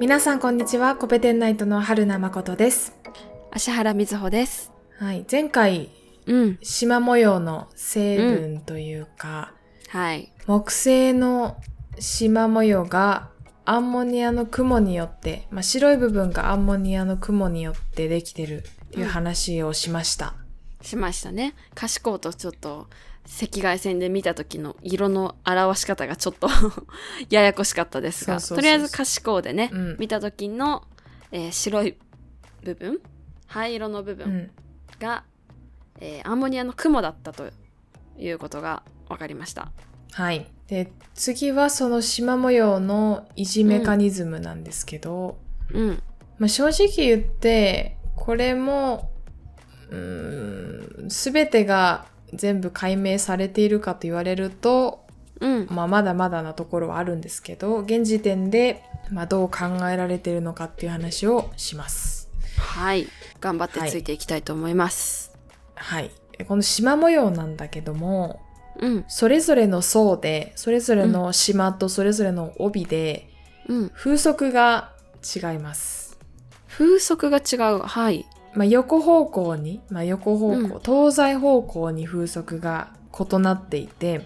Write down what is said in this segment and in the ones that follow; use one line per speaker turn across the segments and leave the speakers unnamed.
皆さんこんにちはコペテンナイトの春名誠です
芦原瑞穂です。
はい前回
うん。
縞模様の成分というか、
はい。
木製の縞模様がアンモニアの雲によって、まあ、白い部分がアンモニアの雲によってできてるっていう話をしました、
しましたね。可視光とちょっと赤外線で見た時の色の表し方がちょっと ややこしかったですが、
そうそうそうそう
とりあえず可視光でね、
うん
見た時の、えー白い部分、灰色の部
う
分
ん、
が、えーアンモニアの雲だったということが分かりました。
はいで次はその縞模様の維持メカニズムなんですけど、
うん。
まあ、正直言ってこれもうーん全てが全部解明されているかと言われると、
うん。
まあ、まだまだなところはあるんですけど現時点で、まあ、どう考えられているのかっていう話をします。
はい。頑張ってついていきたいと思います。
はい、この縞模様なんだけども
うん。
それぞれの層でそれぞれの島とそれぞれの帯で
うん。
風速が違います。
風速が違う。はい。
まあ、横方向に、まあ、横方向、
うん
東西方向に風速が異なっていて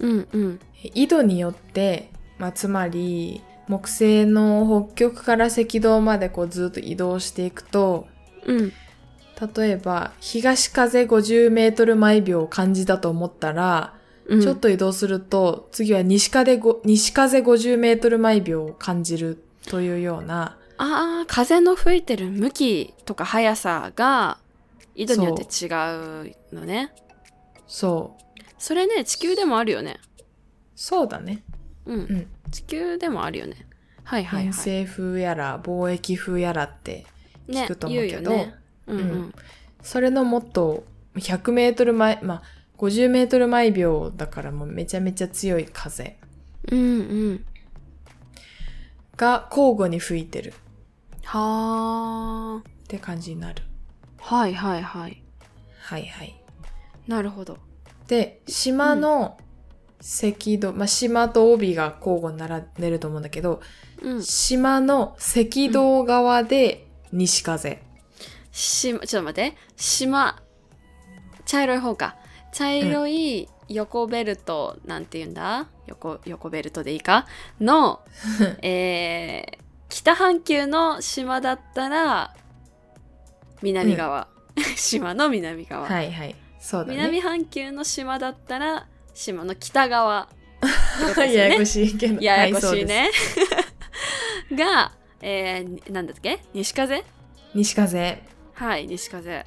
うんうん。
緯度によって、まあ、つまり木星の北極から赤道までこうずっと移動していくと
うん。
例えば東風50メートル毎秒を感じたと思ったら、
うん
ちょっと移動すると次は西風ご西風50メートル毎秒を感じるというような
ああ、風の吹いてる向きとか速さが、緯度によって違うのね。
そう
それね、地球でもあるよね。
そうだね、
うん。
うん、
地球でもあるよね。はいはい
偏
はい。
西風やら貿易風やらって聞
ね
くと思うけど、
言よね。うんうん。
うんそれのもっと100メートル前、まあ、50メートル毎秒だからもうめちゃめちゃ強い風
うんうん。
が交互に吹いてる
はあ。
って感じになる。
はいはいはい。
はいはい。
なるほど。
で、島の赤道、まあ、島と帯が交互に並んでると思うんだけど、
うん。
島の赤道側で西風。
しま、ちょっと待って。島、茶色い方か。茶色い横ベルト、なんて言うんだ横、横ベルトでいいか の、えー、北半球の島だったら、南側。 島の南側。
はいはい。そうだ
南
ね。
半球の島だったら、島の北側。ってことです よ
や
ね
やこしいけど。
や
は
やこ
そう
し
で
い
す
ね。 が、えー、なんだっけ西風
西風。
はい、西風。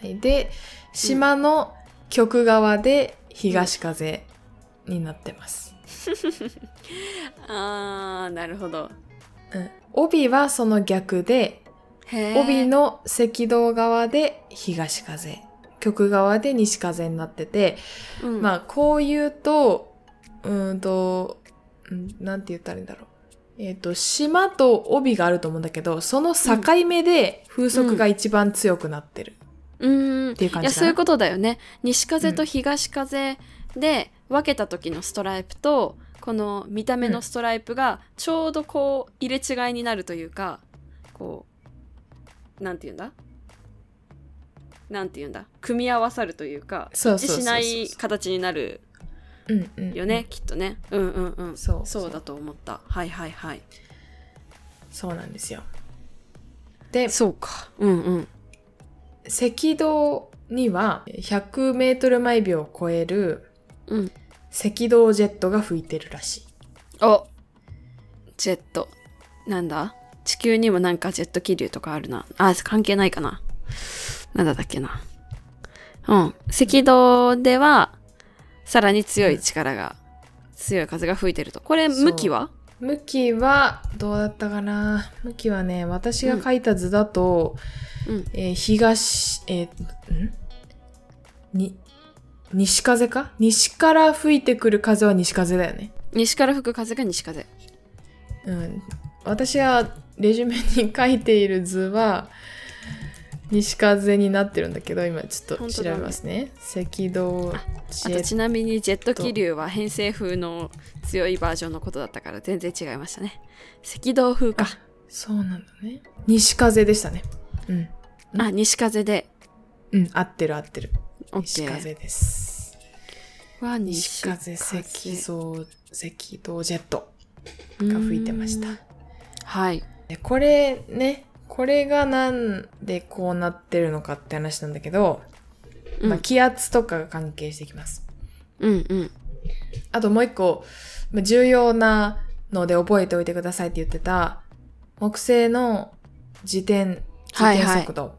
はい、で島の極側で東風になってます、
あー、なるほど。
うん帯はその逆で
へー
帯の赤道側で東風極側で西風になってて、
うん
まあこう言うとうーんとうんなんて言ったらいいんだろうえっ、と島と帯があると思うんだけどその境目で風速が一番強くなってる
うーん
っていう感じ
い
か
やそう
な、
いうことだよね西風と東風で分けた時のストライプと、この見た目のストライプがちょうどこう入れ違いになるというかこうなんて言うんだなんて言うんだ組み合わさるというか
そう
一致しない形になる
うんうん
よね、きっとねうんうんうん
そう
そうだと思ったはいはいはい
そうなんですよで
そうかうんうん
赤道には100メートル毎秒を超える
うん
赤道ジェットが吹いてるらしい。
おジェットなんだ地球にもなんかジェット気流とかあるなあ関係ないかななんだだっけなうん赤道ではさらに強い力が、強い風が吹いてるとこれ
そう
向きは
向きはどうだったかな向きはね私が書いた図だと、
うん
えー東えーんに西風か西から吹いてくる風は西風だよね。
西から吹く風が西風
うん、私がレジュメに書いている図は西風になってるんだけど今ちょっと調べますね赤道
あ
ジェッ
と
ト
ちなみにジェット気流は偏西風の強いバージョンのことだったから全然違いましたね赤道風か
そうなんだね。西風でしたね。うん。うん
あ、西風で。
うん、合ってる合ってる。
オッ
西
ケー。
風です。
は
西
西
風
風
赤道、赤道ジェットが吹いてまし
うー
た。
んはい。
で、これね、これがなんでこうなってるのかって話なんだけど、
うん
まあ、気圧とかが関係してきます。
うんうん。
あともう一個、まあ重要なので覚えておいてくださいって言ってた、木星の自転、自
はい
転
はい
速度。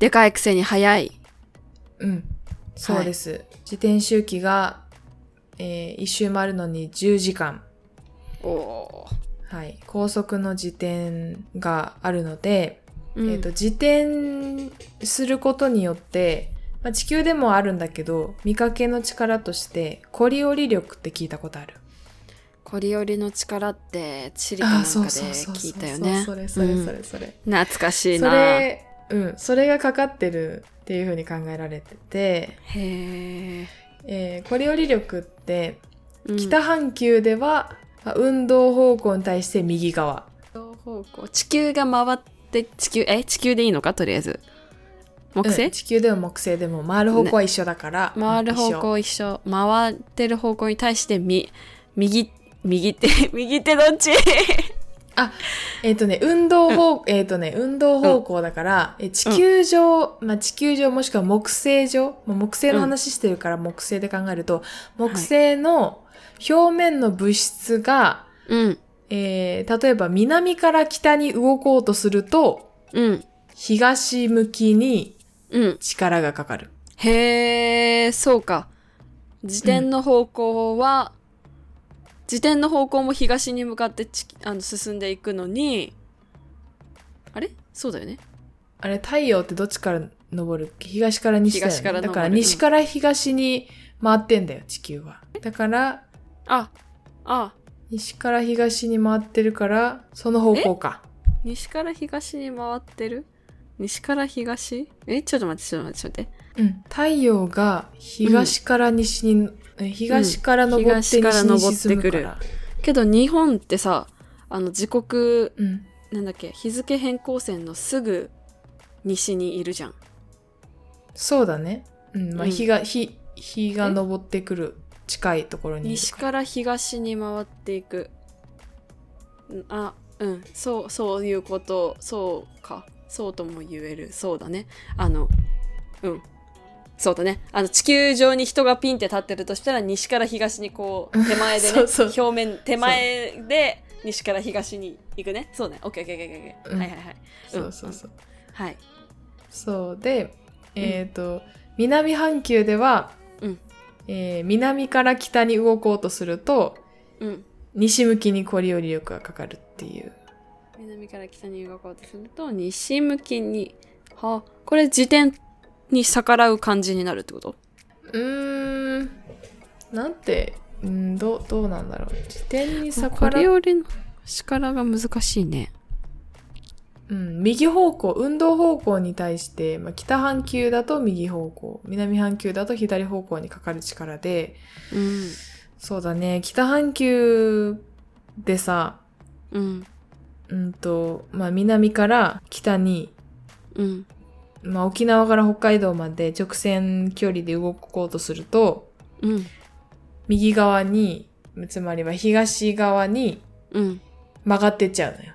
でかいくせに早い。
うん。そうです。自転周期が、えー一周回るのに10時間。
おお。
はい。高速の自転があるので、
うん
えっ、と、自転することによって、まあ、地球でもあるんだけど、見かけの力として、コリオリ力って聞いたことある。
コリオリの力って地理かなんかで聞いたよね。
それそれ
うん
それそれ。
懐かしい
そ
な。へ
れ、うん、それがかかってるっていうふうに考えられてて、
え。
えーコリオリ力って、
うん
北半球では、まあ運動方向に対して右側。
方向地球が回って地球え地球でいいのかとりあえず木星、
うん地球でも木星でも回る方向は一緒だから。
回る方
うん。
向一緒回ってる方向に対してみ右右手 右手どっち
一緒えっ、とね、運動方、えっ、とね、運動方向だから、え地球上、まあ、地球上もしくは木星上、まあ木星の話してるから木星で考えると、
はい
木星の表面の物質が、
うん
えー例えば南から北に動こうとすると、
うん
東向きに
うん
力がかかる。
へえそうか自転の方向は、自転の方向も東に向かってちあの進んでいくのにあれそうだよね
あれ、太陽ってどっちから昇る東から西だよね
東から昇る
だから西から東に回ってんだよ、地球は。だから、
ああ
西から東に回ってるから、その方向か。
西から東に回ってる西から東えちょっと待ってちょっと待ってちょっと待って
うん。太陽が東から西に、え東から昇って西
東から
に
昇って
沈むか
くる
ら。
けど日本ってさあの時刻
うん。
なんだっけ日付変更線のすぐ西にいるじゃん
そうだね。うん。まあ、
うん
日が、日、日が昇ってくる近いところにいる
西
から。
から東に回っていくんあうんそうそういうことそうかそうとも言えるそうだねあのうんそうだねあの地球上に人がピンって立ってるとしたら西から東にこう手前でね
そうそう
表面手前で西から東に行くねそうねオッケーオッケーオッケーオッケー
うん
はいはいはい
そうそうそう。
はい
そうで、えっ、と、南半球では、
うん
えー南から北に動こうとすると、
うん
西向きにコリオリ力がかかるっていう。
南から北に動こうとすると西向きにはこれ自転に逆らう感じになるってこと
うーん、なんて、うんどうどうなんだろう。自転に逆
これ
らう、
よりの力が難しいね
うん、右方向、運動方向に対して、まあ、北半球だと右方向、南半球だと左方向にかかる力で、
うん
そうだね、北半球でさ、
うん
うんと、まあ、南から北に
うん
まあ、沖縄から北海道まで直線距離で動こうとすると、
うん
右側に、つまりは東側に
うん
曲がってっちゃうのよ。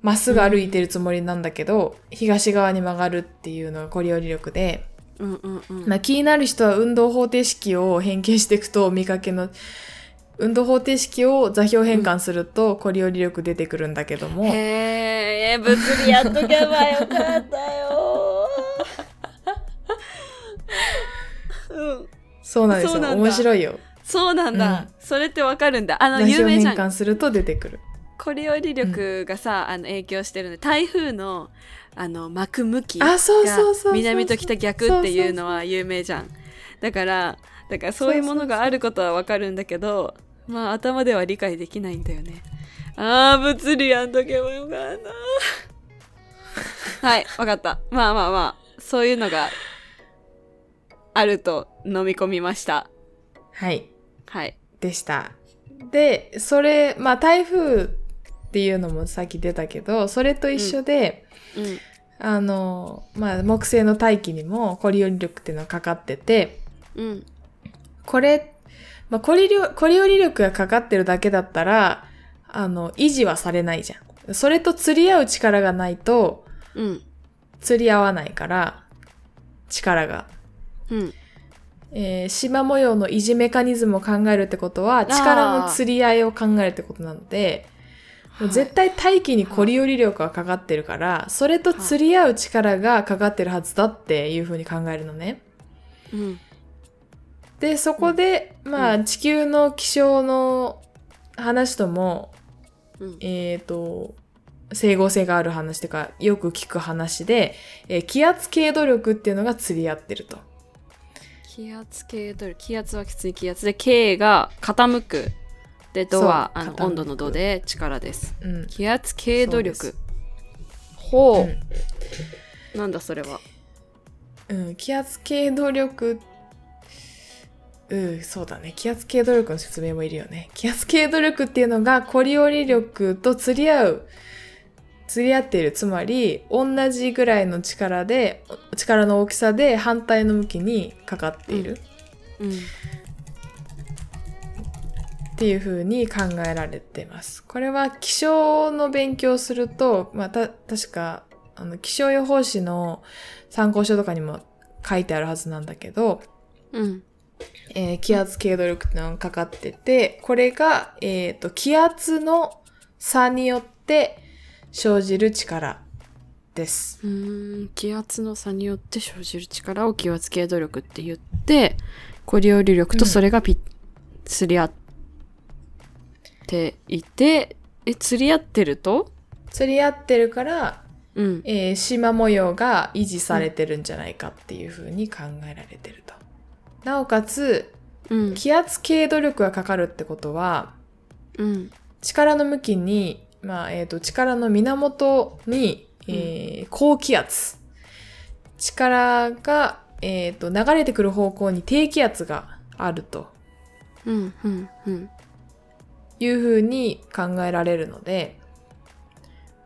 まっすぐ歩いてるつもりなんだけど、東側に曲がるっていうのがコリオリ力で、
うんうんうん
まあ、気になる人は運動方程式を変形していくと見かけの、運動方程式を座標変換するとコリオリ力出てくるんだけども、
へえ物理やっとけばよかったようん
そうなんです
そう
よ。
なんだ
面白いよ。
そうなんだ、
うん
それってわかるんだあの
座
有
標
名じゃ
変
ん
換すると出てくる。
コリオリ力がさ、あの影響してるので台風のあの巻く向きが
あ、そうそうそうそうそう。
南と北逆っていうのは有名じゃんだからだからそういうものがあることはわかるんだけどまあ頭では理解できないんだよねあー物理やんとけばよかったはいわかったまあまあまあそういうのがあると飲み込みました
はい。
はい
でした。で、それ、まあ台風っていうのもさっき出たけど、それと一緒で、
うん
あの、まあ、木星の大気にもコリオリ力っていうのがかかってて、
うん
これ、まあ、コリリョコリオリ力がかかってるだけだったら、あの、維持はされないじゃん。それと釣り合う力がないと、
うん
釣り合わないから、力が。
うん
えー、縞模様の維持メカニズムを考えるってことは、力の釣り合いを考えるってことなので、もう絶対大気にコリオリ力がかかってるから、それと釣り合う力がかかってるはずだっていうふうに考えるのね。
うん
で、そこで、まあ、地球の気象の話とも、
うん
えっ、と、整合性がある話というか、よく聞く話で、えー気圧経度力っていうのが釣り合ってると。
気圧系ドル気圧はきつい気圧で K が傾くでドは
そう
あの
傾く
温度の度で力です
うん。
気圧系努
そう
力
で
ほう、
うん
なんだそれは
うん、気圧系動力、うん、そうだね。気圧系動力の説明もいるよね。気圧系動力っていうのが、コリオリ力と釣り合う、釣り合っている。つまり、同じぐらいの力で、力の大きさで反対の向きにかかっている
うん
っていう風に考えられてます。これは気象の勉強をすると、まあ、た、確か、あの、気象予報士の参考書とかにも書いてあるはずなんだけど、
うん
えー気圧経度力っていうのがかかってて、これが、えっ、と、気圧の差によって生じる力です。
うーん気圧の差によって生じる力を気圧系努力って言ってコリオリ力とそれがピッ、釣り合っていてえ釣り合ってると
釣り合ってるから、
うん
えー、縞模様が維持されてるんじゃないかっていうふうに考えられてると。なおかつ、
うん
気圧経度力がかかるってことは、
うん
力の向きに、まあ、えっ、と、力の源に、えー高気圧。力が、えっ、と、流れてくる方向に低気圧があると
うんうんうん
いうふうに考えられるので、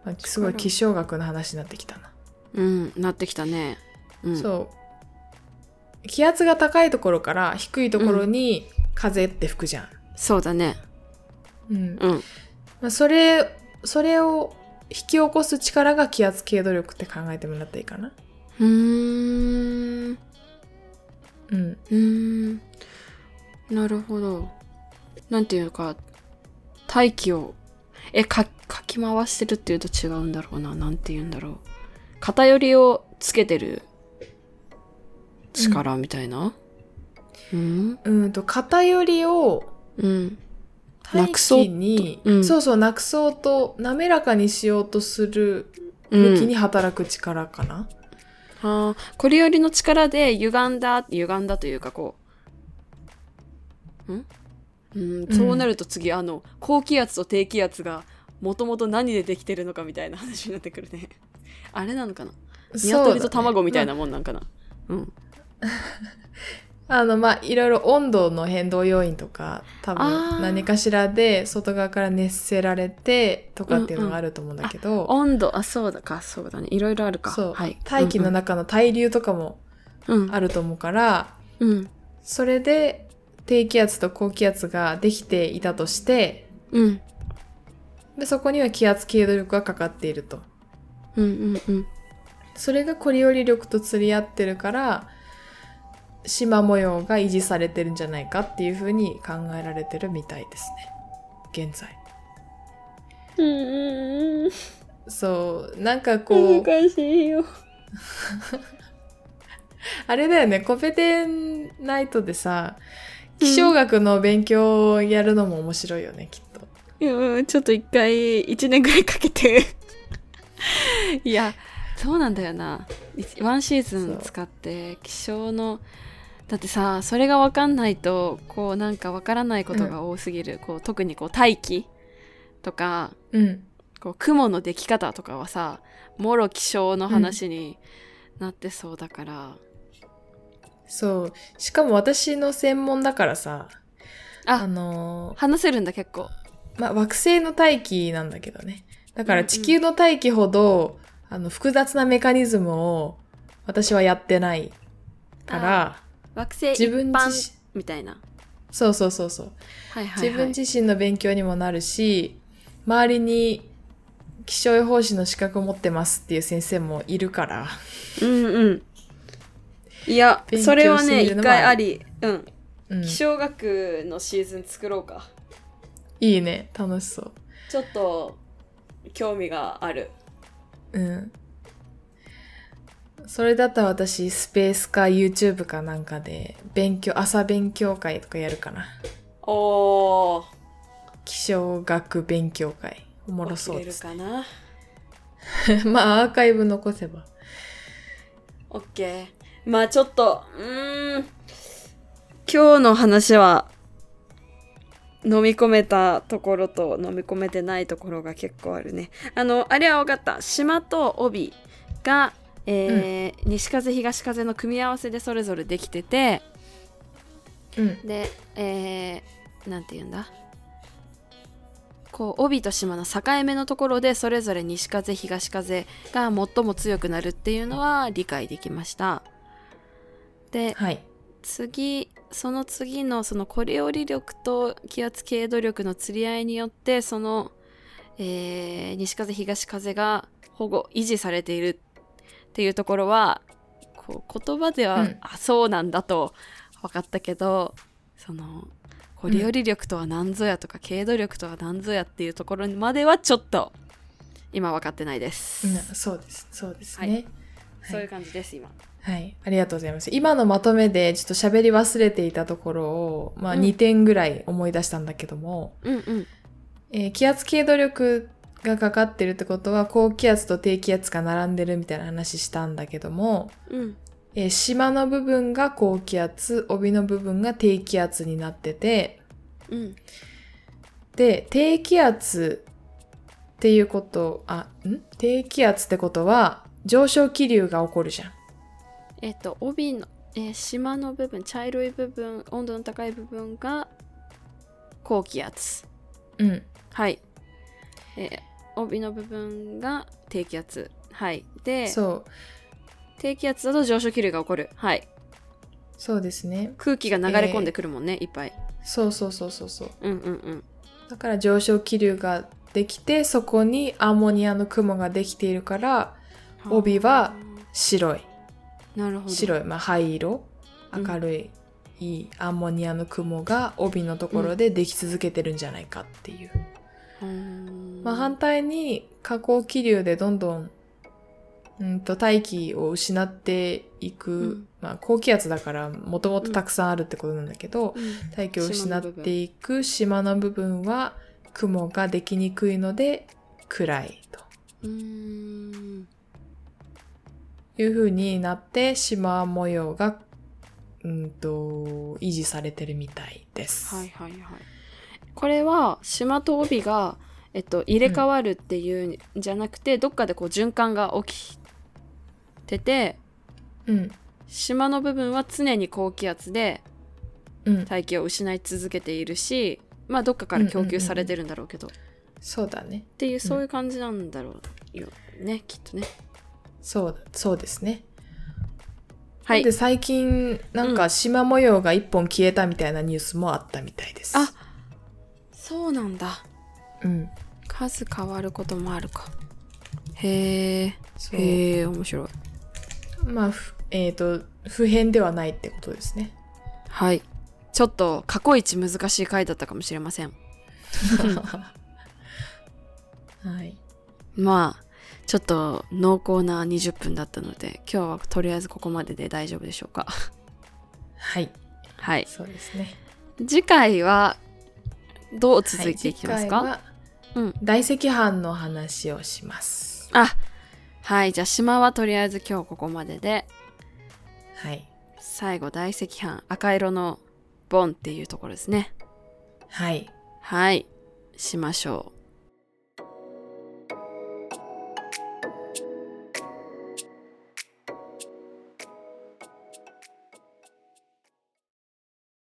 まあ、すごい気象学の話になってきたな。
うんなってきたねうん
そう。気圧が高いところから低いところに風って吹くじゃ
そうだね
ん。うん。
うん
まあ、それ、それを引き起こす力が気圧経度力って考えてもらっていいかな。
うーんう
うん。
ーんなるほどなんていうか大気をえかかき回してるっていうと違うんだろうななんていうんだろう偏りをつけてる力みたいなうん
うんと偏りを
うんな
大
くそう
気に
とうん
そうそうなくそうと滑らかにしようとする
う
向き
ん
に働く力かな、
あーこれよりの力で歪んだ歪んだというかこうんうんそうなると次、あの高気圧と低気圧がもともと何でできてるのかみたいな話になってくるね あれなのかな
そうだね
鶏と卵みたいなもんなんかなう,、
まああのまあいろいろ温度の変動要因とか多
あー
分何かしらで外側から熱せられてとかっていうのがあると思うんだけど、
ん温度あそうだかそうだねいろいろあるか
そう、
はい、
大気の中の対流とかも
うん
あると思うから、
うん
それで低気圧と高気圧ができていたとして
うん
でそこには気圧経度力がかかっていると。
うんうんうん
それがコリオリ力と釣り合ってるから縞模様が維持されてるんじゃないかっていう風に考えられてるみたいですね現在
うんうん
そうなんか こう
しいよ
あれだよねコペテンナイトでさ気象学の勉強をやるのも面白いよねきっと
うん、ちょっと一回、一年ぐらいかけて。 いや、そうなんだよな。一ワンシーズン使って、気象の、だってさ、それがわかんないと、こう、なんかわからないことが多すぎる。こう、特にこう、大気とか、
うん
こう、雲のでき方とかはさ、もろ気象の話になってそうだから。
そうしかも私の専門だからさ
あ
あのー
話せるんだ、結構。
まあ、惑星の大気なんだけどね。だから地球の大気ほど、あの、複雑なメカニズムを私はやってないから、
惑星一
自分
般
自身、
みたいな。
そうそうそうそう。
はいはい、はい。
自分自身の勉強にもなるし、周りに気象予報士の資格を持ってますっていう先生もいるから。
うんうん。いや、
勉強
それはね、
する
一
のもある
回あり。うん。
うん。
気象学のシーズン作ろうか。
いいね。楽しそう。
ちょっと、興味がある。
うん。それだったら私、スペースか YouTube かなんかで、勉強、朝勉強会とかやるかな。
おー、
気象学勉強会。おもろそう
起きれ
で
る
す。
かな。
まあ、アーカイブ残せば。
オッケー。まあちょっと、うーん。今日の話は、飲み込めたところと飲み込めてないところが結構あるね。あの、あれは分かった。島と帯が、えー西風東風の組み合わせでそれぞれできてて、
うん。
で、えー、なんて言うんだこう帯と島の境目のところでそれぞれ西風東風が最も強くなるっていうのは理解できましたで
はい。
次その次のそのコリオリ力と気圧経度力の釣り合いによってその、えー西風東風が保護維持されているっていうところはこう言葉では、
うん
あそうなんだと分かったけどそのコリオリ力とは何ぞやとか、経度力とは何ぞやっていうところまではちょっと今分かってないです、
うんそうです。そうですね。はい
そういう感じです今
はい。ありがとうございます。今のまとめで、ちょっと喋り忘れていたところを、まあ
うん
2点ぐらい思い出したんだけども、
うんうん
えー気圧経度力がかかってるってことは、高気圧と低気圧が並んでるみたいな話したんだけども、
うん
えー島の部分が高気圧、帯の部分が低気圧になってて、
うん
で、低気圧っていうこと、あ、ん低気圧ってことは、上昇気流が起こるじゃん。
えっと帯の、えー島の部分茶色い部分温度の高い部分が高気圧
うん。
はい、えー帯の部分が低気圧はいで
そう。
低気圧だと上昇気流が起こるはい
そうですね。
空気が流れ込んでくるもんね、いっぱい
そうそうそうそうそう。
うんうんうん
だから上昇気流ができて、そこにアンモニアの雲ができているから、帯は白い。
なるほど
白い、まあ灰色。明るい、いいアンモニアの雲が帯のところででき続けてるんじゃないかっていう。
うーん
まあ、反対に下降気流でどんどんうんと大気を失っていく、
うん
まあ、高気圧だからもともとたくさんあるってことなんだけど、
うん
大気を失っていく島の部分は雲ができにくいので暗い
うーん
という風になって島模様がうんと維持されてるみたいです。
はいはいはい。これは島と帯が、えっと、入れ替わるっていうんじゃなくて、どっかでこう循環が起きてて
うん
島の部分は常に高気圧で
うん、
大気を失い続けているしまあどっかから供給されてるんだろうけど、
そうだね。
っていうそういう感じなんだろうよねきっとね。
そう、そうですね。
はい
で、最近、なん
う
か、縞模様が一本消えたみたいなニュースもあったみたいです。
あそうなんだ
うん。
数変わることもあるか。へえ
そう。
へえ面白い。
まあ、ふえっ、と、普遍ではないってことです ね。
はい。ちょっと過去一難しい回だったかもしれません。
はい。
まあ、ちょっと濃厚な20分だったので、今日はとりあえずここまでで大丈夫でしょうか。
はい。
はい。
そうですね。
次回は、どう続いていきます
は
か、
い次回は
うん
大赤飯の話をします。
あ、はい。じゃあ、島はとりあえず今日ここまでで、
はい。
最後、大赤飯、赤色のボンっていうところですね。
はい。
はい。しましょう。